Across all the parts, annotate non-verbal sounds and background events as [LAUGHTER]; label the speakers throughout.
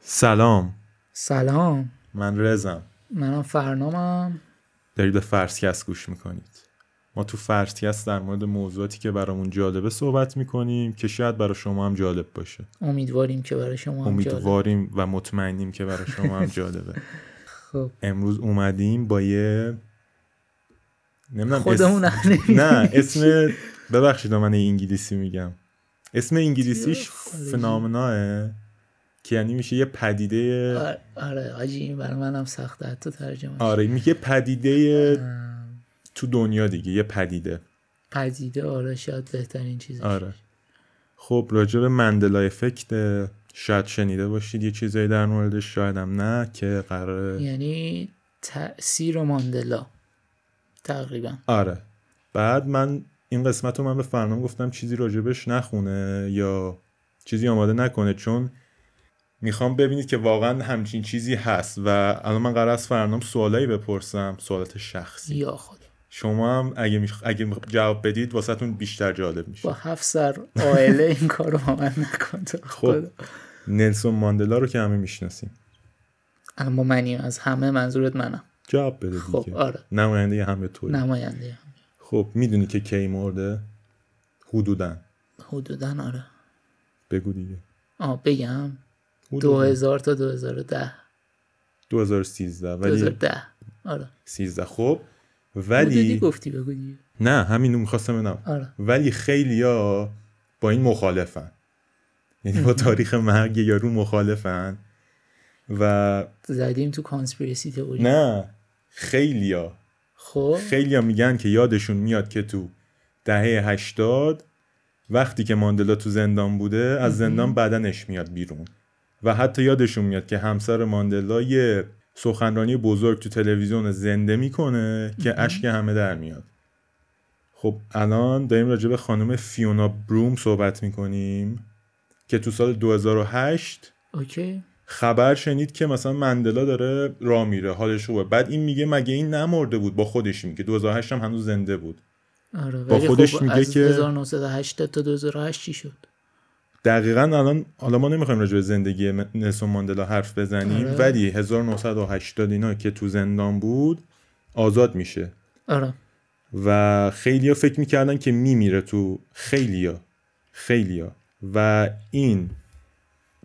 Speaker 1: سلام
Speaker 2: سلام
Speaker 1: من رزم
Speaker 2: منم فرنامم
Speaker 1: دارید به فرسکست گوش میکنید ما تو فرسکست در مورد موضوعاتی که برامون جالبه صحبت میکنیم که شاید برای شما هم جالب باشه
Speaker 2: امیدواریم که برای شما هم جالب.
Speaker 1: امیدواریم و مطمئنیم که برای
Speaker 2: [LAUGHS]
Speaker 1: شما هم جالبه
Speaker 2: خب
Speaker 1: امروز اومدیم با یه نمیدونم
Speaker 2: خودمون هم نمی‌دونیم.
Speaker 1: نه اسم ببخشید من یه انگلیسی میگم اسم انگلیسیش
Speaker 2: خارجی.
Speaker 1: فنامناه که یعنی میشه یه پدیده
Speaker 2: آره- آره آجی این برای منم سخته حتی ترجمه
Speaker 1: آره میگه پدیده تو دنیا دیگه یه پدیده
Speaker 2: پدیده آره شاید بهترین چیز
Speaker 1: آره خب راجع به مندلا افکت شاید شنیده باشید یه چیزایی در موردش شاید هم نه که قرار
Speaker 2: یعنی تاثیر ماندلا تقریبا
Speaker 1: آره بعد من این قسمت رو من به فرنام گفتم چیزی راجبش نخونه یا چیزی آماده نکنه چون میخوام ببینید که واقعا همچین چیزی هست و الان من قرار از فرنام سوالایی بپرسم سوالات شخصی
Speaker 2: یا خود
Speaker 1: شما هم اگه, میخ... اگه میخ- جواب بدید واسهتون بیشتر جالب میشه
Speaker 2: با هفت سر آیله این کار رو با من نکن تو
Speaker 1: خب
Speaker 2: خدا.
Speaker 1: نلسون ماندلا رو که همه میشناسیم
Speaker 2: اما منیم از همه منظورت منم
Speaker 1: جواب بده
Speaker 2: خب،
Speaker 1: دیگه
Speaker 2: آره.
Speaker 1: نماینده همه توی
Speaker 2: نماینده هم.
Speaker 1: خب میدونی که کی مرده حدودا
Speaker 2: حدودا آره
Speaker 1: بگو دیگه
Speaker 2: آه بگم
Speaker 1: حدوداً.
Speaker 2: 2000 تا 2010
Speaker 1: 2013 ولی
Speaker 2: 2010 آره
Speaker 1: 13 خب
Speaker 2: حدودی
Speaker 1: ولی
Speaker 2: گفتی بگو دیگه
Speaker 1: نه همینو میخواستم بدم
Speaker 2: آره
Speaker 1: ولی خیلی ها با این مخالفن یعنی
Speaker 2: [LAUGHS]
Speaker 1: با تاریخ مرگ یارو مخالفن و
Speaker 2: زدیم تو کانسپیرسی تئوری
Speaker 1: نه خیلی ها
Speaker 2: خب
Speaker 1: خیلی میگن که یادشون میاد که تو دهه هشتاد وقتی که ماندلا تو زندان بوده از زندان بدنش میاد بیرون و حتی یادشون میاد که همسر ماندلا یه سخنرانی بزرگ تو تلویزیون زنده میکنه که اشک همه در میاد خب الان داریم راجع به خانم فیونا بروم صحبت میکنیم که تو سال 2008
Speaker 2: اوکی
Speaker 1: خبر شنید که مثلا مندلا داره را میره حالش خوبه بعد این میگه مگه این نمرده بود با خودش میگه 2008 هم هنوز زنده بود
Speaker 2: آره
Speaker 1: با
Speaker 2: ولی
Speaker 1: خودش
Speaker 2: خب
Speaker 1: میگه
Speaker 2: از
Speaker 1: که-
Speaker 2: 1980 تا 2008 چی شد
Speaker 1: دقیقا الان حالا ما نمیخوایم راجع به زندگی م- نلسون ماندلا حرف بزنیم
Speaker 2: آره.
Speaker 1: ولی 1980 اینا که تو زندان بود آزاد میشه
Speaker 2: آره
Speaker 1: و خیلیا فکر میکردن که میمیره تو خیلیا خیلیا و این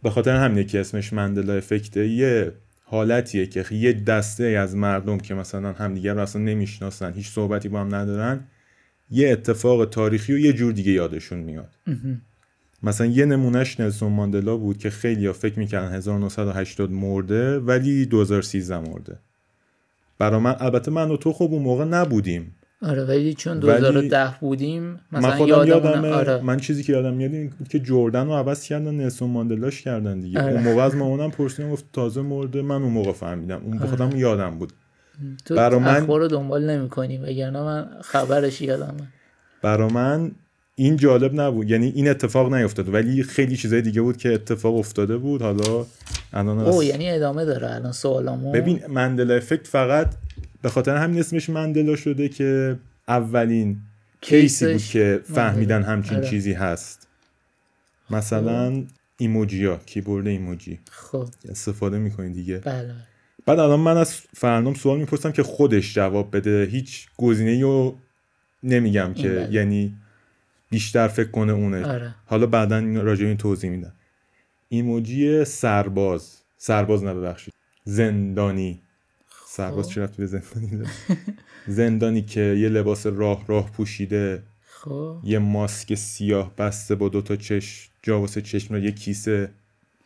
Speaker 1: به خاطر همینه که اسمش مندلا افکته یه حالتیه که یه دسته از مردم که مثلا همدیگر رو اصلا نمیشناسن هیچ صحبتی با هم ندارن یه اتفاق تاریخی و یه جور دیگه یادشون میاد مثلا یه نمونهش نلسون ماندلا بود که خیلی فکر میکردن 1980 مرده ولی 2013 مرده برا من البته من و تو خب اون موقع نبودیم
Speaker 2: آره ولی چون
Speaker 1: ولی-
Speaker 2: 2010 بودیم
Speaker 1: من
Speaker 2: مثلا
Speaker 1: خودم
Speaker 2: یادمون
Speaker 1: یادمه
Speaker 2: آره
Speaker 1: من چیزی که یادم میاد این بود که جردن رو عوض کردن نلسون ماندلاش کردن دیگه
Speaker 2: آره.
Speaker 1: اون موقع از مامانم پرسیدم گفت تازه مرده من اون موقع فهمیدم اون
Speaker 2: آره.
Speaker 1: به خودم یادم بود
Speaker 2: تو
Speaker 1: برا من-
Speaker 2: اخبار رو دنبال نمی‌کنی وگرنه من خبرش یادمه
Speaker 1: برا من این جالب نبود یعنی این اتفاق نیفتاد ولی خیلی چیزای دیگه بود که اتفاق افتاده بود حالا الان از-
Speaker 2: او یعنی ادامه داره الان سوالامو
Speaker 1: ببین مندلا افکت فقط به خاطر همین اسمش مندلا شده که اولین کیسی بود
Speaker 2: کیسش
Speaker 1: که
Speaker 2: مندلا.
Speaker 1: فهمیدن همچین
Speaker 2: آره.
Speaker 1: چیزی هست مثلا ایموجیا کیبورد ایموجی
Speaker 2: خب
Speaker 1: استفاده میکنی دیگه
Speaker 2: بله بله.
Speaker 1: بعد الان من از فرنام سوال میپرسم که خودش جواب بده هیچ گزینه رو نمیگم که
Speaker 2: بله.
Speaker 1: یعنی بیشتر فکر کنه اونه
Speaker 2: آره.
Speaker 1: حالا بعدا این- راجع به این توضیح میدم ایموجی سرباز سرباز نه ببخشید زندانی
Speaker 2: خب.
Speaker 1: سرباز چی رفتی به زندانی داره؟ زندانی که یه لباس راه راه پوشیده
Speaker 2: خب
Speaker 1: یه ماسک سیاه بسته با دوتا چشم جاوس چشم و یه کیسه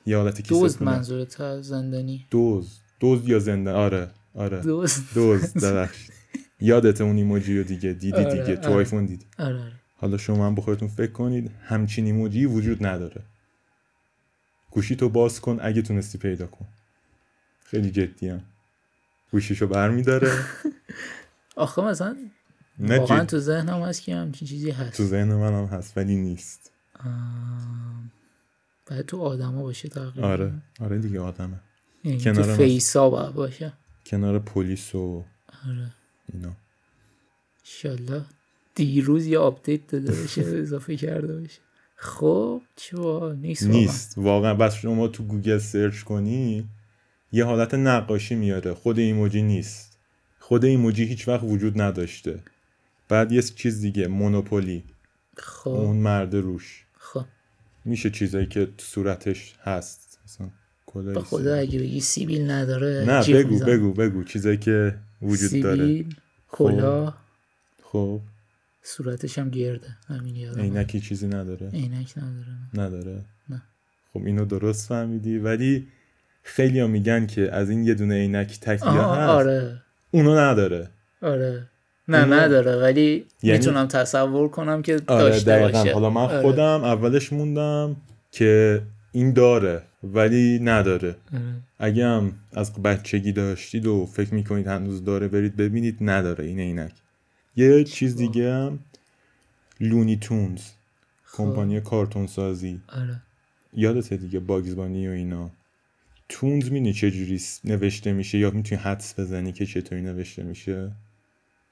Speaker 1: یه حالت کیسه
Speaker 2: دوز
Speaker 1: خونه.
Speaker 2: منظورت از زندانی
Speaker 1: دوز دوز یا زنده آره آره
Speaker 2: دوز
Speaker 1: دوز ببخشید یادت اون ایموجی رو دیگه دیدی
Speaker 2: آره،
Speaker 1: دیگه تو
Speaker 2: آره.
Speaker 1: آیفون دیدی
Speaker 2: آره آره
Speaker 1: حالا شما هم به خودتون فکر کنید همچین ایموجی وجود نداره گوشی تو باز کن اگه تونستی پیدا کن خیلی جدی هم گوشیشو برمیداره
Speaker 2: آخه مثلا
Speaker 1: نه
Speaker 2: واقعا
Speaker 1: جد...
Speaker 2: تو ذهنم هست که همچین چیزی هست
Speaker 1: تو ذهن منم هست ولی نیست
Speaker 2: آم، باید تو آدما باشه تقریبا
Speaker 1: آره آره دیگه آدمه
Speaker 2: یعنی تو
Speaker 1: کنارم هست.
Speaker 2: فیسا باید باشه
Speaker 1: کنار پلیس و
Speaker 2: آره
Speaker 1: اینا [LAUGHS]
Speaker 2: انشالله دیروز یه آپدیت داده باشه اضافه کرده باشه خب چی با نیست واقعا.
Speaker 1: نیست واقعا بس شما تو گوگل سرچ کنی یه حالت نقاشی میاره خود ایموجی نیست خود ایموجی هیچ وقت وجود نداشته بعد یه چیز دیگه مونوپولی
Speaker 2: خب
Speaker 1: اون مرد روش
Speaker 2: خب
Speaker 1: میشه چیزایی که تو صورتش هست مثلا کلاه
Speaker 2: به خدا
Speaker 1: سیب.
Speaker 2: اگه بگی سیبیل نداره
Speaker 1: نه
Speaker 2: جیغ
Speaker 1: بگو
Speaker 2: میزنم.
Speaker 1: بگو بگو چیزایی که وجود داره
Speaker 2: سیبیل کلا
Speaker 1: خب
Speaker 2: صورتش هم گرده همین یادم
Speaker 1: عینکی چیزی نداره
Speaker 2: عینک نداره نه.
Speaker 1: نداره
Speaker 2: نه.
Speaker 1: خب اینو درست فهمیدی ولی خیلی میگن که از این یه دونه عینک تکیه
Speaker 2: آها،
Speaker 1: هست
Speaker 2: آره
Speaker 1: اونو نداره
Speaker 2: آره نه
Speaker 1: اونو-
Speaker 2: نداره ولی
Speaker 1: یعنی-
Speaker 2: میتونم تصور کنم که
Speaker 1: آره
Speaker 2: داشته
Speaker 1: دقیقا
Speaker 2: باشه
Speaker 1: حالا من
Speaker 2: آره.
Speaker 1: خودم اولش موندم که این داره ولی نداره
Speaker 2: آره.
Speaker 1: اگه هم از بچگی داشتید و فکر میکنید هنوز داره برید ببینید نداره این عینک یه چیز دیگه هم لونی تونز
Speaker 2: خب.
Speaker 1: کمپانی کارتون سازی
Speaker 2: آره
Speaker 1: یادته دیگه باگزبانی و اینا تونز مینی چجوری س- نوشته میشه یا میتونی حدس بزنی که چطوری نوشته میشه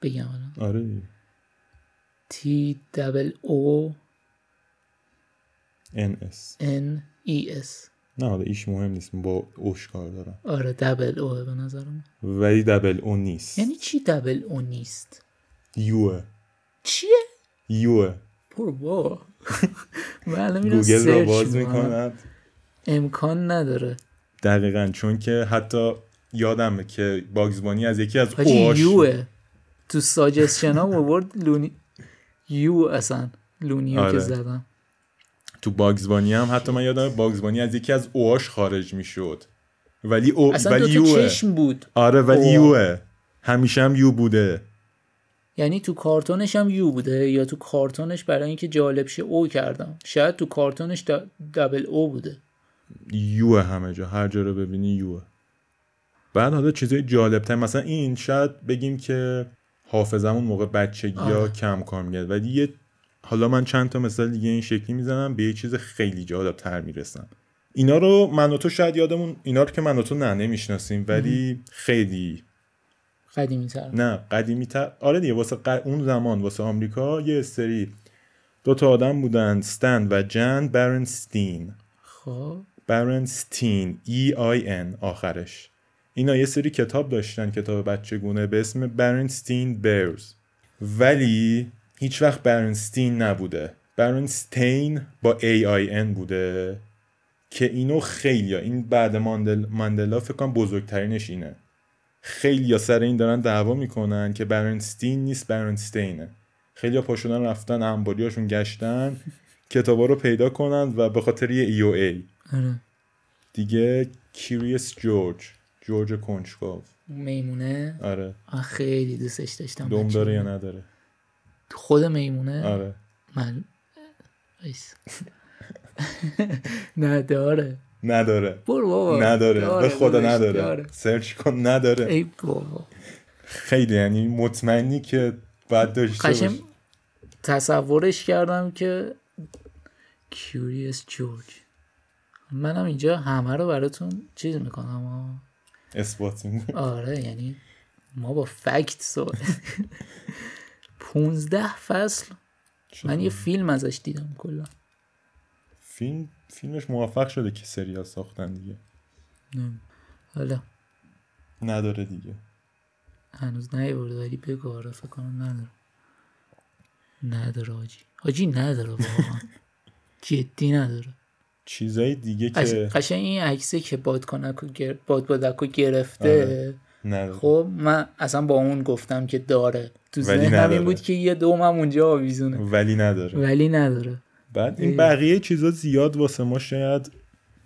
Speaker 2: بگم الان
Speaker 1: آره دیگه.
Speaker 2: T double O
Speaker 1: NS
Speaker 2: N E S
Speaker 1: نه حالا ایش مهم نیست با اوش کار دارم
Speaker 2: آره دبل او به نظر من
Speaker 1: ولی دبل او نیست
Speaker 2: یعنی چی دبل او نیست
Speaker 1: یوه
Speaker 2: چیه
Speaker 1: یوه
Speaker 2: پر با [LAUGHS] من الان میرم
Speaker 1: گوگل رو
Speaker 2: سرچ
Speaker 1: باز
Speaker 2: می‌کنم.
Speaker 1: میکنند
Speaker 2: امکان نداره
Speaker 1: دقیقا چون که حتی یادمه که باگزبانی از یکی از
Speaker 2: حاجی
Speaker 1: اوهاش
Speaker 2: یوه تو ساجستشن هم آورد لونی یو اصلا لونیو
Speaker 1: آره.
Speaker 2: که زدم
Speaker 1: تو باگزبانی هم حتی من یادمه باگزبانی از یکی از اوهاش خارج میشد ولی او
Speaker 2: اصلا
Speaker 1: ولی
Speaker 2: دو تا
Speaker 1: یوه
Speaker 2: چشم بود
Speaker 1: آره ولی
Speaker 2: اوه.
Speaker 1: یوه همیشه هم یو بوده
Speaker 2: یعنی تو کارتونش هم یو بوده یا تو کارتونش برای اینکه جالب شه او کردم شاید تو کارتونش د- دبل او بوده
Speaker 1: یوه همه جا هر جا رو ببینی یوه بعد حالا چیزای جالبتر مثلا این شاید بگیم که حافظمون موقع بچگی ها
Speaker 2: آره.
Speaker 1: کم کار میگرد ولی یه حالا من چند تا مثال دیگه این شکلی میزنم به یه چیز خیلی جالبتر میرسم اینا رو من و تو شاید یادمون اینا رو که من و تو نه نمیشناسیم ولی خیلی
Speaker 2: قدیمی تر
Speaker 1: نه قدیمی تر آره دیگه واسه ق- اون زمان واسه آمریکا یه سری دو تا آدم بودن استن و جن برنستین
Speaker 2: خب
Speaker 1: برنستین ای آی ان E آخرش اینا یه سری کتاب داشتن کتاب بچگونه به اسم برنستین برز ولی هیچ وقت برنستین نبوده برنستین با ای آی ان بوده که اینو خیلی این بعد ماندل... ماندلا فکر کنم بزرگترینش اینه خیلی سر این دارن دعوا میکنن که برنستین نیست برنستینه خیلی پاشدن رفتن انباریاشون گشتن کتابا رو پیدا کنن و به خاطر یه E ای او ای
Speaker 2: آره
Speaker 1: دیگه کیریس جورج جورج کنجکاو
Speaker 2: میمونه
Speaker 1: آره
Speaker 2: من خیلی دوستش داشتم
Speaker 1: دوم
Speaker 2: بچه.
Speaker 1: داره یا نداره
Speaker 2: خود میمونه
Speaker 1: آره
Speaker 2: من ایس. [LAUGHS] نه داره
Speaker 1: نداره
Speaker 2: برو بابا
Speaker 1: نداره به خدا
Speaker 2: داداش،
Speaker 1: نداره
Speaker 2: داره.
Speaker 1: سرچ کن نداره
Speaker 2: ای بابا
Speaker 1: خیلی یعنی مطمئنی که بعد داشته
Speaker 2: قشم
Speaker 1: باشی.
Speaker 2: تصورش کردم که کیوریس جورج منم اینجا همه رو براتون چیز میکنم آه.
Speaker 1: اثبات می‌کنی.
Speaker 2: آره یعنی ما با فکت سو
Speaker 1: [LAUGHS]
Speaker 2: پونزده فصل من یه فیلم ازش دیدم کلا
Speaker 1: فیلم فیلمش موفق شده که سریال ساختن دیگه
Speaker 2: نم. حالا
Speaker 1: نداره دیگه
Speaker 2: هنوز نیورد ولی بگو آره فکر کنم نداره نداره حاجی حاجی
Speaker 1: [LAUGHS]
Speaker 2: نداره واقعا جدی نداره
Speaker 1: چیزای دیگه
Speaker 2: قش-
Speaker 1: که
Speaker 2: قشنگ این عکسه که بادکنک رو گر... باد بادک گرفته
Speaker 1: آره. نداره
Speaker 2: خب من اصلا با اون گفتم که داره تو
Speaker 1: ولی
Speaker 2: ذهنم
Speaker 1: نداره.
Speaker 2: این بود که یه دومم اونجا آویزونه
Speaker 1: ولی نداره
Speaker 2: ولی نداره
Speaker 1: بعد این
Speaker 2: ای.
Speaker 1: بقیه چیزا زیاد واسه ما شاید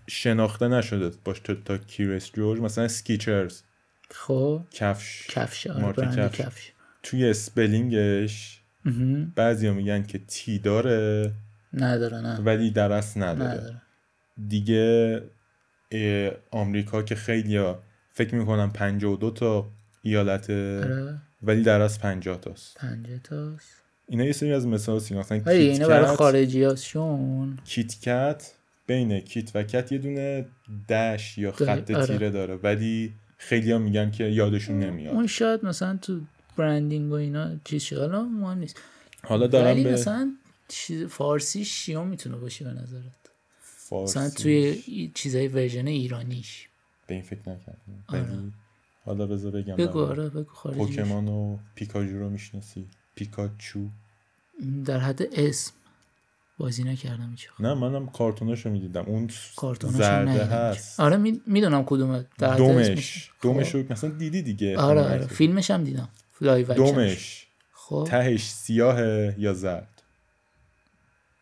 Speaker 1: شناخته نشده باش تا, تا کیرس جورج مثلا سکیچرز
Speaker 2: خب
Speaker 1: کفش
Speaker 2: کفش آره
Speaker 1: مارک
Speaker 2: برند
Speaker 1: کفش.
Speaker 2: کفش
Speaker 1: توی اسپلینگش
Speaker 2: مهم.
Speaker 1: بعضیا میگن که تی داره
Speaker 2: نداره نه
Speaker 1: ولی در اصل نداره
Speaker 2: نداره
Speaker 1: دیگه اه، آمریکا که خیلی فکر میکنم 52 تا ایالت
Speaker 2: آره
Speaker 1: ولی در اصل 50 تاست
Speaker 2: پنجه تاست
Speaker 1: اینا یه سری از مثال هست مثلا
Speaker 2: آره
Speaker 1: کیت
Speaker 2: اینا برای
Speaker 1: کت-
Speaker 2: خارجی هاشون
Speaker 1: کیت کت بین کیت و کت یه دونه دش یا
Speaker 2: داره،
Speaker 1: خط
Speaker 2: آره.
Speaker 1: تیره داره ولی خیلی میگن که یادشون نمیاد
Speaker 2: اون شاید مثلا تو برندینگ و اینا چیز شد حالا مهم نیست
Speaker 1: حالا دارم
Speaker 2: ولی
Speaker 1: به
Speaker 2: مثلا چیز فارسی شیون میتونه باشه به نظرت مثلا
Speaker 1: فارسی
Speaker 2: توی ای- چیزای ورژن ایرانیش
Speaker 1: به این فکر نکردم
Speaker 2: آره.
Speaker 1: ولی حالا بذار بگم
Speaker 2: بگو
Speaker 1: برام.
Speaker 2: آره بگو خارجی
Speaker 1: پوکمان و پیکاجو رو میشناسی پیکاچو
Speaker 2: در حد اسم بازی نکردم هیچ وقت.
Speaker 1: نه منم کارتوناشو میدیدم اون س-
Speaker 2: کارتوناشو
Speaker 1: زرده
Speaker 2: ندیدم.
Speaker 1: هست
Speaker 2: آره می- میدونم کدومه در حد اسمش.
Speaker 1: دومش
Speaker 2: خب.
Speaker 1: دومش رو مثلا دیدی دیگه خب.
Speaker 2: آره
Speaker 1: فیلم
Speaker 2: آره
Speaker 1: عکسش.
Speaker 2: فیلمش هم دیدم لایو اکشنش.
Speaker 1: دومش
Speaker 2: خب
Speaker 1: تهش سیاهه یا زرد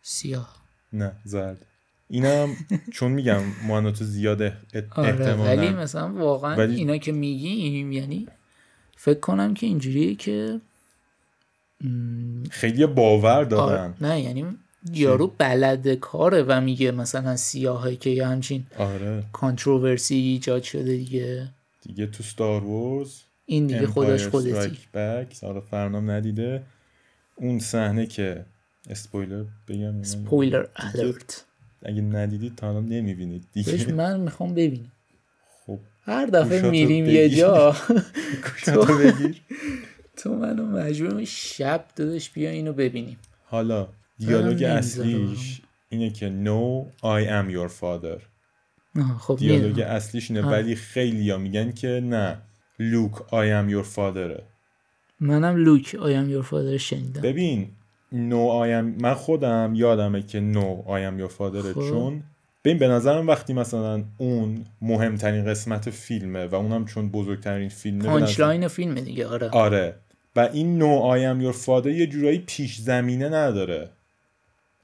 Speaker 2: سیاه
Speaker 1: نه زرد
Speaker 2: [LAUGHS]
Speaker 1: اینم چون میگم معاناتو زیاده احت-
Speaker 2: آره ولی
Speaker 1: احتمالا
Speaker 2: مثلا واقعا
Speaker 1: ولی-
Speaker 2: اینا که میگیم یعنی فکر کنم که اینجوریه که
Speaker 1: خیلی باور
Speaker 2: آره
Speaker 1: دادن
Speaker 2: نه یعنی یارو بلد کاره و میگه مثلا سیاهه که یه همچین
Speaker 1: آره
Speaker 2: کانتروورسی ایجاد شده دیگه
Speaker 1: دیگه تو ستار وارز
Speaker 2: این دیگه خودش خودتی
Speaker 1: بک حالا فرنام ندیده اون صحنه که اسپویلر بگم یا نه؟
Speaker 2: سپویلر
Speaker 1: دیگه
Speaker 2: الرت
Speaker 1: اگه ندیدید تا الان نمیبینید
Speaker 2: بهش
Speaker 1: دیگه
Speaker 2: من میخوام ببینم [LAUGHS]
Speaker 1: خب
Speaker 2: هر دفعه
Speaker 1: گوشاتو
Speaker 2: میریم یه
Speaker 1: بگیر. [LAUGHS]
Speaker 2: جا
Speaker 1: گوشاتو بگیر
Speaker 2: تو منو مجبور می‌کنی شب دادش بیا اینو ببینیم
Speaker 1: حالا دیالوگ
Speaker 2: نمی‌ذاره
Speaker 1: اصلیش اینه که no I am your father
Speaker 2: آه، خب
Speaker 1: دیالوگ
Speaker 2: می‌دونم.
Speaker 1: اصلیش اینه
Speaker 2: آه.
Speaker 1: ولی خیلی میگن که نه لوک I am your father
Speaker 2: منم لوک آیم یور فادر شنیدم
Speaker 1: ببین نو آیم من خودم یادمه که نو آیم یا فادره
Speaker 2: خب.
Speaker 1: چون ببین به نظرم وقتی مثلا اون مهمترین قسمت فیلمه و اونم چون بزرگترین فیلمه به
Speaker 2: پانچ
Speaker 1: نظر-
Speaker 2: لاین فیلم دیگه آره
Speaker 1: آره و این نو آیم یور فادر یه جورایی پیش زمینه نداره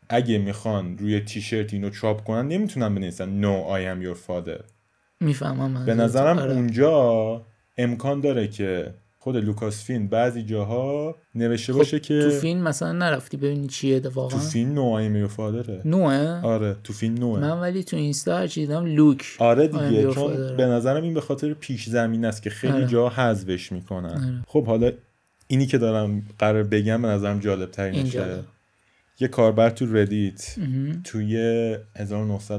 Speaker 1: اگه میخوان روی تیشرت اینو چاپ کنن نمیتونن بنویسن نو آیم یور فادر
Speaker 2: میفهمم
Speaker 1: به نظرم
Speaker 2: آره.
Speaker 1: اونجا امکان داره که خود لوکاس فین بعضی جاها نوشته
Speaker 2: خب،
Speaker 1: باشه که
Speaker 2: تو فیلم مثلا نرفتی ببینی چیه ده
Speaker 1: تو
Speaker 2: واقعا
Speaker 1: فیلم نو آیم یور فادره
Speaker 2: نوعه
Speaker 1: آره تو فیلم نوه
Speaker 2: من ولی تو اینستا هرچی دیدم لوک
Speaker 1: آره
Speaker 2: I am
Speaker 1: دیگه
Speaker 2: your
Speaker 1: چون
Speaker 2: father.
Speaker 1: به نظرم این به خاطر پیش زمین است که خیلی
Speaker 2: آره.
Speaker 1: جا حذفش میکنن
Speaker 2: آره.
Speaker 1: خب حالا اینی که دارم قرار بگم به نظرم جالب
Speaker 2: اینجا
Speaker 1: ترینشه یه کاربر تو ردیت
Speaker 2: مهم.
Speaker 1: توی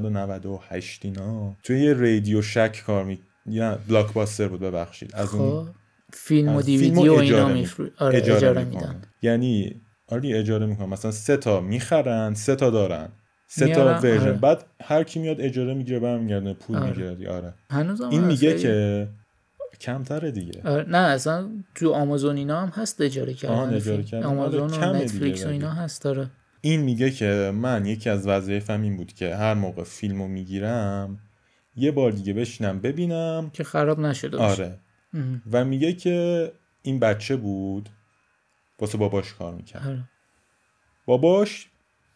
Speaker 1: 1998 اینا توی یه رادیو شک کار می یا بلاکباستر بود ببخشید از آره، اون
Speaker 2: خب فیلم و
Speaker 1: از فیلم
Speaker 2: دیویدی و اینا
Speaker 1: اجاره می-
Speaker 2: میفرو آره اجاره میدن
Speaker 1: می‌کنن. یعنی آره اجاره میکنن مثلا سه تا میخرن سه تا دارن سه تا
Speaker 2: میارن،
Speaker 1: ورژن
Speaker 2: آره.
Speaker 1: بعد هر کی میاد اجاره میگیره برمیگردونه پول
Speaker 2: آره.
Speaker 1: میگیره آره
Speaker 2: هنوز
Speaker 1: این میگه که کمتره دیگه
Speaker 2: آره، نه اصلا تو آمازون اینا هم هست اجاره
Speaker 1: آها،
Speaker 2: کردن
Speaker 1: اجاره
Speaker 2: فیلم.
Speaker 1: کردن.
Speaker 2: آمازون
Speaker 1: آره،
Speaker 2: و
Speaker 1: کمه
Speaker 2: نتفلیکس
Speaker 1: دیگه
Speaker 2: و اینا هست آره، داره
Speaker 1: این میگه که من یکی از وظایفم این بود که هر موقع فیلمو میگیرم یه بار دیگه بشینم ببینم
Speaker 2: که خراب نشده باشه
Speaker 1: آره
Speaker 2: مهم.
Speaker 1: و میگه که این بچه بود واسه باباش کار میکرد
Speaker 2: آره
Speaker 1: باباش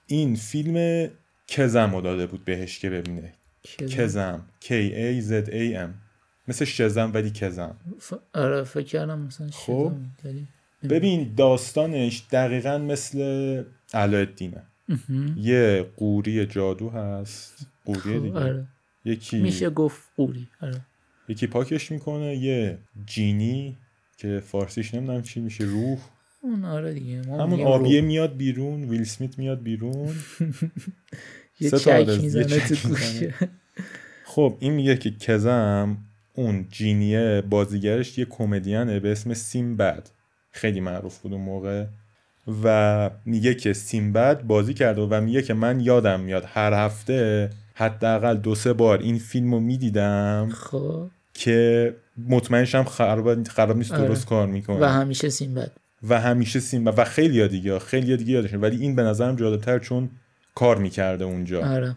Speaker 1: این فیلم کزم رو داده بود بهش که ببینه
Speaker 2: که-
Speaker 1: کزم K A Z A M مثل شزم ولی کزم
Speaker 2: ف... آره فکر کردم مثلا چیزا
Speaker 1: خب.
Speaker 2: داری.
Speaker 1: ببین داستانش دقیقا مثل علایالدینه
Speaker 2: مهم.
Speaker 1: یه قوری جادو هست قوریه
Speaker 2: خب،
Speaker 1: دیگه
Speaker 2: آره.
Speaker 1: یکی
Speaker 2: میشه گفت قوری آره
Speaker 1: یکی پاکش میکنه یه جینی که فارسیش نمیدونم چی میشه روح
Speaker 2: اون آره دیگه ما
Speaker 1: همون
Speaker 2: میگیم
Speaker 1: آبیه
Speaker 2: رو.
Speaker 1: میاد بیرون ویل سمیت میاد بیرون
Speaker 2: یه
Speaker 1: سه تا آدرس،
Speaker 2: چک
Speaker 1: یه
Speaker 2: میزنه
Speaker 1: چک
Speaker 2: تو
Speaker 1: میزنه.
Speaker 2: گوشه
Speaker 1: خب این میگه که کزم اون جینیه بازیگرش یه کمدینه به اسم سیمبد خیلی معروف بود اون موقع و میگه که سیمبد بازی کرده و میگه که من یادم میاد هر هفته حداقل دو سه بار این فیلم رو میدیدم
Speaker 2: [LAUGHS] خب
Speaker 1: که مطمئنشم خراب خراب نیست
Speaker 2: آره.
Speaker 1: درست کار میکنه
Speaker 2: و همیشه سیمبد
Speaker 1: و همیشه سیمبد و خیلی ها دیگه خیلی ها دیگه یادشون ولی این به نظرم جالبتر چون کار میکرده اونجا
Speaker 2: آره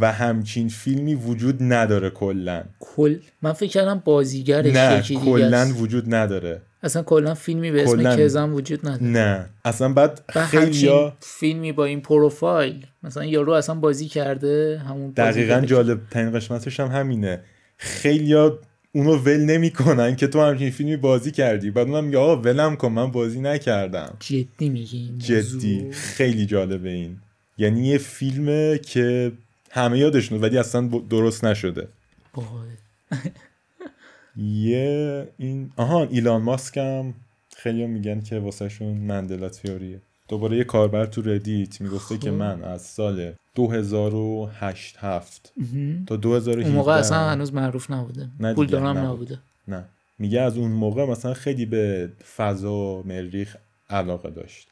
Speaker 1: و همچین فیلمی وجود نداره کلا
Speaker 2: کل من فکر کردم بازیگرش
Speaker 1: نه
Speaker 2: یکی دیگه
Speaker 1: کلا
Speaker 2: است.
Speaker 1: وجود نداره
Speaker 2: اصلا کلا فیلمی به اسم
Speaker 1: کلاً.
Speaker 2: کزم وجود نداره
Speaker 1: نه اصلا بعد
Speaker 2: و
Speaker 1: خیلی
Speaker 2: همچین
Speaker 1: ها
Speaker 2: فیلمی با این پروفایل مثلا یارو اصلا بازی کرده همون
Speaker 1: دقیقا
Speaker 2: بازیگرش.
Speaker 1: جالب ترین قسمتش هم همینه خیلی ها اونو ول نمیکنن که تو همچین فیلمی بازی کردی بعد اونم میگه آقا ولم کن من بازی نکردم
Speaker 2: جدی میگی این
Speaker 1: جدی
Speaker 2: موضوع.
Speaker 1: خیلی جالبه این یعنی یه فیلمه که همه یادشون ولی اصلا ب- درست نشده
Speaker 2: باحاله.
Speaker 1: یه این آها ایلان ماسک هم خیلی میگن که واسه شون مندلا تیوریه دوباره یه کاربر تو ردیت میگفته که
Speaker 2: خب.
Speaker 1: من از سال 2008 هفت
Speaker 2: مهم.
Speaker 1: تا
Speaker 2: اون موقع
Speaker 1: 2018
Speaker 2: اصلا هنوز معروف نبوده
Speaker 1: نه
Speaker 2: پول
Speaker 1: دیگه،
Speaker 2: دارم
Speaker 1: نبود.
Speaker 2: نبوده
Speaker 1: نه میگه از اون موقع مثلا خیلی به فضا و مریخ علاقه داشت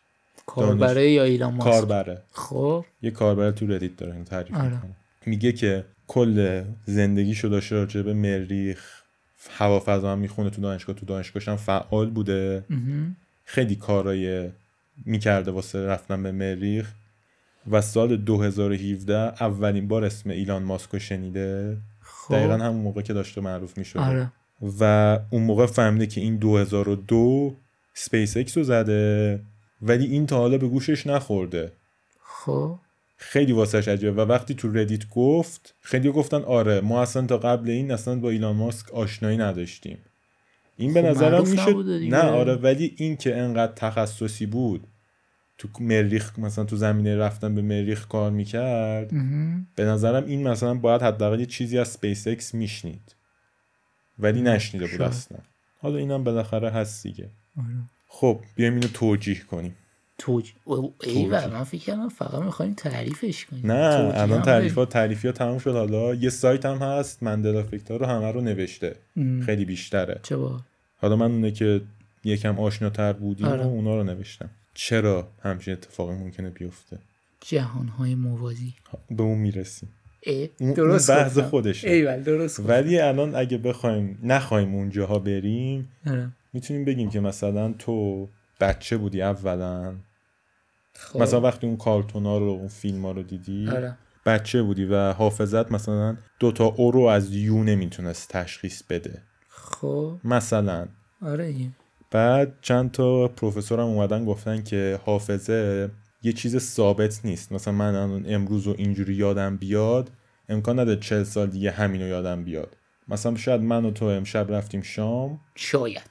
Speaker 2: کاربره یا ایلان ماسک
Speaker 1: کاربره
Speaker 2: خب
Speaker 1: یه کاربر تو ردیت داره اینو تعریف
Speaker 2: آره.
Speaker 1: میکنه میگه که کل زندگیشو داشته راجع به مریخ هوافضا هم میخونه تو دانشگاه تو دانشگاهش هم فعال بوده
Speaker 2: مهم.
Speaker 1: خیلی کارای میکرده واسه رفتن به مریخ و سال 2017 اولین بار اسم ایلان ماسکو شنیده
Speaker 2: خب
Speaker 1: دقیقا همون موقع که داشته معروف میشده
Speaker 2: آره
Speaker 1: و اون موقع فهمیده که این 2002 سپیس اکس رو زده ولی این تا حالا به گوشش نخورده
Speaker 2: خب
Speaker 1: خیلی واسش عجیبه و وقتی تو ردیت گفت خیلی گفتن آره ما اصلا تا قبل این اصلا با ایلان ماسک آشنایی نداشتیم این به
Speaker 2: خب،
Speaker 1: نظرم
Speaker 2: معروف
Speaker 1: میشه
Speaker 2: نبوده دیگه.
Speaker 1: نه آره ولی این که انقدر تخصصی بود تو مریخ مثلا تو زمینه رفتن به مریخ کار میکرد
Speaker 2: مهم.
Speaker 1: به نظرم این مثلا باید حداقل یه چیزی از سپیس اکس میشنید ولی نشنیده بود
Speaker 2: شاید.
Speaker 1: اصلا حالا اینم بالاخره هست دیگه
Speaker 2: آره.
Speaker 1: خب بیایم اینو توجیه کنیم
Speaker 2: توج ای
Speaker 1: توجیه.
Speaker 2: من فکر کردم فقط میخوایم تعریفش کنیم
Speaker 1: نه
Speaker 2: توجیه هم
Speaker 1: الان
Speaker 2: داریم.
Speaker 1: تعریفات تعریفی ها تموم شد حالا یه سایت هم هست مندلا فکتا رو همه رو نوشته
Speaker 2: ام.
Speaker 1: خیلی بیشتره
Speaker 2: چه با
Speaker 1: حالا من اونه که یکم آشناتر بودیم
Speaker 2: آره.
Speaker 1: و اونا رو نوشتم چرا همچین اتفاقی ممکنه بیفته خب،
Speaker 2: جهان های موازی
Speaker 1: به اون میرسیم
Speaker 2: ای،
Speaker 1: اون-
Speaker 2: درست
Speaker 1: اون بحث
Speaker 2: گفتم.
Speaker 1: خودشه.
Speaker 2: ایول درست گفتم.
Speaker 1: ولی الان اگه بخوایم نخوایم اونجاها بریم
Speaker 2: آره.
Speaker 1: میتونیم بگیم که مثلا تو بچه بودی اولا
Speaker 2: خب.
Speaker 1: مثلا وقتی اون کارتونا رو اون فیلم ها رو دیدی
Speaker 2: آره.
Speaker 1: بچه بودی و حافظت مثلا دوتا او رو از یو نمیتونست تشخیص بده
Speaker 2: خب
Speaker 1: مثلا
Speaker 2: آره دیگه.
Speaker 1: بعد چند تا پروفسورم اومدن گفتن که حافظه یه چیز ثابت نیست مثلا من الان امروز رو اینجوری یادم بیاد امکان نداره چل سال دیگه همینو یادم بیاد مثلا شاید من و تو امشب رفتیم شام
Speaker 2: شاید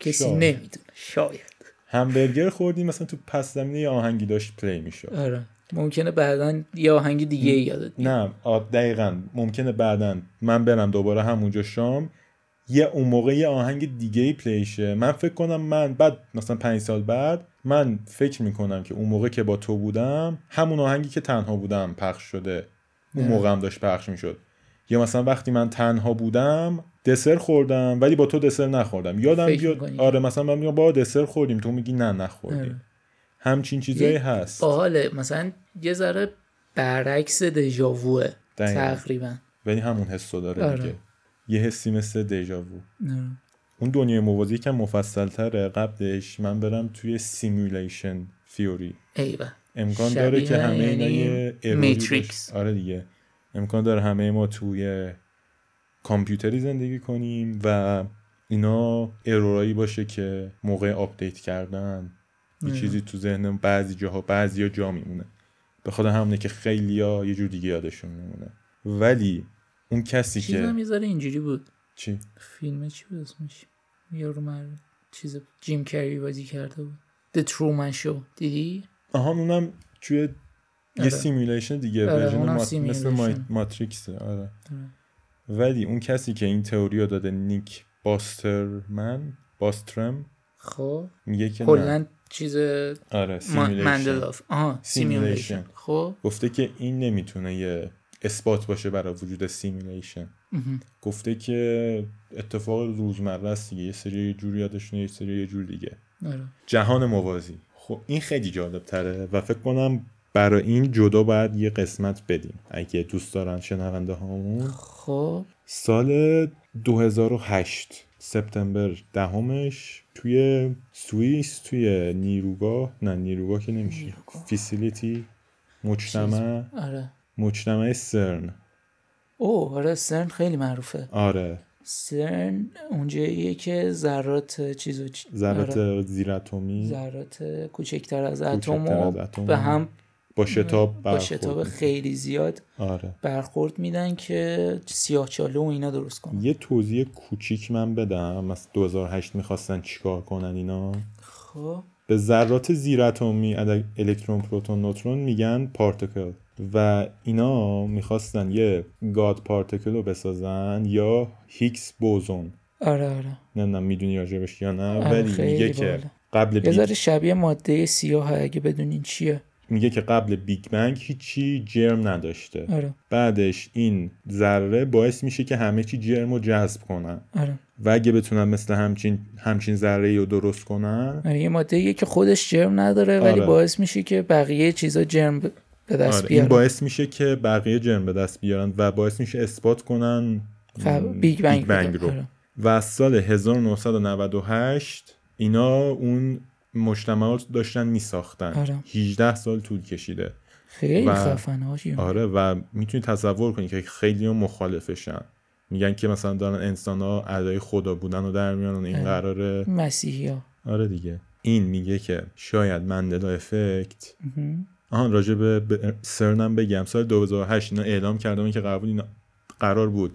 Speaker 2: کسی
Speaker 1: شاید.
Speaker 2: نمیدونه شاید
Speaker 1: همبرگر خوردیم مثلا تو پس زمینه یه آهنگی داشت پلی میشد
Speaker 2: آره ممکنه بعدا یه آهنگ دیگه یادت بیاد.
Speaker 1: نه آ، دقیقا ممکنه بعدا من برم دوباره همونجا شام یه اون موقع یه آهنگ دیگه ای پلیشه من فکر کنم من بعد مثلا پنج سال بعد من فکر میکنم که اون موقع که با تو بودم همون آهنگی که تنها بودم پخش شده اون
Speaker 2: نه.
Speaker 1: موقع هم داشت پخش میشد یا مثلا وقتی من تنها بودم دسر خوردم ولی با تو دسر نخوردم یادم
Speaker 2: فکر
Speaker 1: بیاد
Speaker 2: می‌کنی؟
Speaker 1: آره مثلا من میگم با دسر خوردیم تو میگی نه
Speaker 2: آره.
Speaker 1: نخوردیم همچین چیزایی
Speaker 2: یه
Speaker 1: هست
Speaker 2: باحاله مثلا یه ذره برعکس دژاووه
Speaker 1: دقیقاً.
Speaker 2: تقریبا
Speaker 1: ولی همون حسو داره
Speaker 2: آره.
Speaker 1: دیگه یه حسی مثل دیجاوو
Speaker 2: آره.
Speaker 1: اون دنیای موازی یکم مفصلتره قبلش من برم توی سیمولیشن تیوری
Speaker 2: ایوه
Speaker 1: امکان
Speaker 2: شبیه
Speaker 1: داره که همه اینا
Speaker 2: یعنی
Speaker 1: یه اروری
Speaker 2: Matrix.
Speaker 1: باشه. آره دیگه امکان داره همه ما توی کامپیوتری زندگی کنیم و اینا ارورایی باشه که موقع آپدیت کردن یه
Speaker 2: آره.
Speaker 1: چیزی تو ذهن بعضی جاها بعضی جا میمونه به خاطر همونه که خیلی ها یه جور دیگه یادشون میمونه ولی اون کسی که
Speaker 2: چیزم یه ذره اینجوری بود
Speaker 1: چی
Speaker 2: فیلم چی بود اسمش یارو مر چیز جیم کری بازی کرده بود The Truman Show دیدی؟
Speaker 1: آها اونم توی یه
Speaker 2: آره.
Speaker 1: سیمولیشن دیگه
Speaker 2: آره،
Speaker 1: ورژن
Speaker 2: اونم
Speaker 1: مات- مثل
Speaker 2: سیمولیشن.
Speaker 1: ما... ماتریکس آره
Speaker 2: آره.
Speaker 1: ولی اون کسی که این تئوری رو داده نیک باسترمن باسترم
Speaker 2: خب
Speaker 1: میگه که نه
Speaker 2: کلا چیز
Speaker 1: آره سیمولیشن
Speaker 2: مندلاف آها سیمیولیشن
Speaker 1: Simulation.
Speaker 2: خب
Speaker 1: گفته که این نمیتونه یه اثبات باشه برای وجود سیمولیشن
Speaker 2: مهم.
Speaker 1: گفته که اتفاق روزمره است دیگه یه سری یه جوری یادشونه یه سری یه جور دیگه
Speaker 2: آره.
Speaker 1: جهان موازی خب این خیلی جالب تره و فکر کنم برای این جدا باید یه قسمت بدیم اگه دوست دارن شنونده هامون
Speaker 2: خب
Speaker 1: سال 2008 سپتامبر دهمش توی سوئیس توی نیروگاه نه نیروگاه که نمیشه فیسیلیتی مجتمع
Speaker 2: آره
Speaker 1: مجتمع سرن
Speaker 2: او آره سرن خیلی معروفه
Speaker 1: آره
Speaker 2: سرن اونجاییه که ذرات چیزو چ- آره.
Speaker 1: ذرات زیراتومی
Speaker 2: ذرات کوچکتر از اتم
Speaker 1: کوچکتر از
Speaker 2: رو
Speaker 1: اتم
Speaker 2: به هم
Speaker 1: با شتاب
Speaker 2: با
Speaker 1: برخورد
Speaker 2: شتاب
Speaker 1: می‌کنه.
Speaker 2: خیلی زیاد
Speaker 1: آره
Speaker 2: برخورد میدن که سیاهچاله و اینا درست کنن
Speaker 1: یه توضیح کوچیک من بدم مثلا 2008 میخواستن چیکار کنن اینا
Speaker 2: خب
Speaker 1: به ذرات زیر اتمی اد- الکترون پروتون نوترون میگن پارتیکل و اینا میخواستن یه گاد پارتیکل رو بسازن یا هیکس بوزون
Speaker 2: آره آره
Speaker 1: نمیدونم میدونی راجبش یا نه
Speaker 2: آره،
Speaker 1: ولی
Speaker 2: خیلی
Speaker 1: میگه که
Speaker 2: باحاله.
Speaker 1: قبل
Speaker 2: یه
Speaker 1: بیگ...
Speaker 2: ذره شبیه ماده سیاه اگه بدونین چیه
Speaker 1: میگه که قبل بیگ بنگ هیچی جرم نداشته
Speaker 2: آره
Speaker 1: بعدش این ذره باعث میشه که همه چی جرم رو جذب کنن
Speaker 2: آره
Speaker 1: و اگه بتونن مثل همچین همچین ذره رو درست کنن
Speaker 2: آره یه ماده که خودش جرم نداره ولی
Speaker 1: آره.
Speaker 2: باعث میشه که بقیه چیزا جرم ب- به دست
Speaker 1: آره، این
Speaker 2: بیاره
Speaker 1: باعث میشه که بقیه جرم به دست بیارن و باعث میشه اثبات کنن
Speaker 2: خب، بیگ بنگ,
Speaker 1: بنگ
Speaker 2: بوده.
Speaker 1: رو.
Speaker 2: آره.
Speaker 1: و سال 1998 اینا اون مجتمع رو داشتن میساختن
Speaker 2: آره.
Speaker 1: 18 سال طول کشیده
Speaker 2: خیلی
Speaker 1: و-
Speaker 2: خفنه هاشی
Speaker 1: آره و میتونی تصور کنی که خیلی هم مخالفشن میگن که مثلا دارن انسان ها ادای خدا بودن رو در میانن این
Speaker 2: آره.
Speaker 1: قراره
Speaker 2: مسیحی ها
Speaker 1: آره دیگه این میگه که شاید مندلا افکت آهان راجع به ب- سرنم بگم سال 2008 اینا اعلام کردن که قبول اینا قرار بود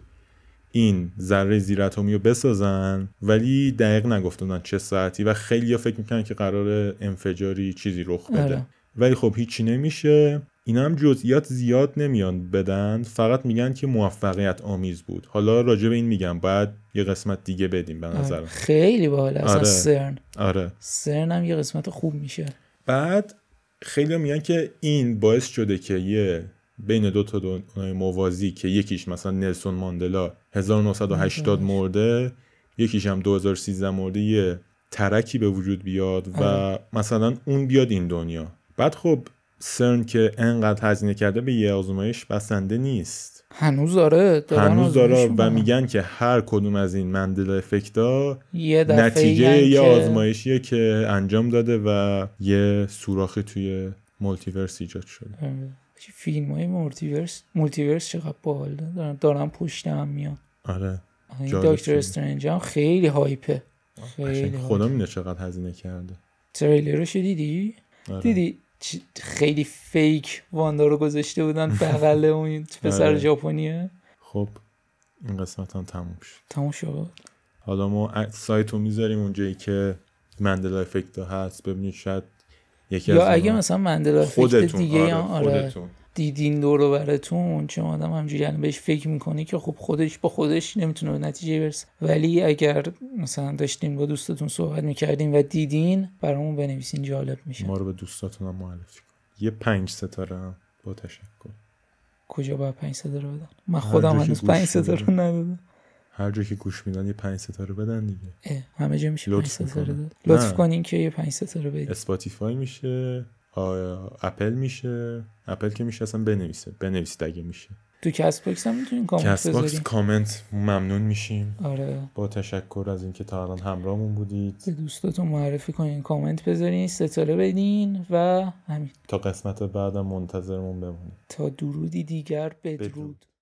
Speaker 1: این ذره زیر اتمی رو بسازن ولی دقیق نگفتن چه ساعتی و خیلی فکر میکنن که قرار انفجاری چیزی رخ بده
Speaker 2: آره.
Speaker 1: ولی خب هیچی نمیشه اینا هم جزئیات زیاد نمیان بدن فقط میگن که موفقیت آمیز بود حالا راجع به این میگم باید یه قسمت دیگه بدیم به
Speaker 2: آره.
Speaker 1: نظرم
Speaker 2: خیلی باحال اصلا
Speaker 1: آره.
Speaker 2: سرن
Speaker 1: آره
Speaker 2: سرن هم یه قسمت خوب میشه
Speaker 1: بعد خیلی میگن که این باعث شده که یه بین دو تا دنیای موازی که یکیش مثلا نلسون ماندلا 1980 مرده یکیش هم 2013 مرده یه ترکی به وجود بیاد و
Speaker 2: آره.
Speaker 1: مثلا اون بیاد این دنیا بعد خب سرن که انقدر هزینه کرده به یه آزمایش بسنده نیست
Speaker 2: هنوز داره دارن
Speaker 1: هنوز داره
Speaker 2: آزمایش
Speaker 1: و
Speaker 2: می‌کنن.
Speaker 1: میگن که هر کدوم از این مندلا افکت‌ها
Speaker 2: یه دفعه
Speaker 1: نتیجه
Speaker 2: این
Speaker 1: یه
Speaker 2: که-
Speaker 1: آزمایشیه که انجام داده و یه سوراخی توی مولتیورس ایجاد شده
Speaker 2: آره. چه فیلم های مولتیورس مولتیورس چقدر باحال دارن دارن پشت هم میان
Speaker 1: آره
Speaker 2: این
Speaker 1: جالب
Speaker 2: دکتر
Speaker 1: فیلم.
Speaker 2: استرنج هم خیلی هایپه خیلی
Speaker 1: قشنگ خدا
Speaker 2: هایپه.
Speaker 1: میدونه چقدر هزینه کرده
Speaker 2: تریلرشو دیدی
Speaker 1: آره.
Speaker 2: دیدی چی- خیلی فیک واندا رو گذاشته بودن
Speaker 1: [LAUGHS]
Speaker 2: بغل اون پسر
Speaker 1: آره.
Speaker 2: ژاپنیه
Speaker 1: خب این قسمت هم تموم شد
Speaker 2: تموم شد
Speaker 1: حالا ما ا- سایت رو میذاریم اونجایی که مندلا افکت هست ببینید شاید یکی
Speaker 2: یا
Speaker 1: از
Speaker 2: اگه
Speaker 1: اونا-
Speaker 2: مثلا مندلا افکت
Speaker 1: خودتون
Speaker 2: دیگه
Speaker 1: آره,
Speaker 2: هم آره
Speaker 1: خودتون
Speaker 2: دیدین دور و براتون چه آدم همجوری الان بهش فکر میکنه که خب خودش با خودش نمیتونه به نتیجه برسه ولی اگر مثلا داشتین با دوستتون صحبت میکردین و دیدین برامون بنویسین جالب میشه
Speaker 1: ما رو به دوستاتون هم معرفی کن یه پنج ستاره هم با تشکر
Speaker 2: کجا باید 500 رو بدن من خودم
Speaker 1: جا که
Speaker 2: هنوز
Speaker 1: گوش
Speaker 2: 500 رو
Speaker 1: می‌دم.
Speaker 2: ندادم
Speaker 1: هر جا که گوش میدن یه پنج ستاره بدن دیگه
Speaker 2: اه، همه جا میشه
Speaker 1: لطف
Speaker 2: 5 ستاره
Speaker 1: می‌کنه.
Speaker 2: داد لطف
Speaker 1: نه.
Speaker 2: کنین که یه 5 ستاره بدید
Speaker 1: اسپاتیفای میشه آیا اپل میشه اپل که میشه اصلا بنویسه بنویسید اگه میشه
Speaker 2: تو کست باکس هم میتونین کامنت
Speaker 1: کست باکس
Speaker 2: بذارین
Speaker 1: کامنت ممنون میشیم
Speaker 2: آره
Speaker 1: با تشکر از اینکه تا الان همراهمون
Speaker 2: به
Speaker 1: بودید
Speaker 2: دوستاتون معرفی کنین کامنت بذارین ستاره بدین و همین
Speaker 1: تا قسمت بعدم منتظرمون بمونید
Speaker 2: تا درودی دیگر بدرود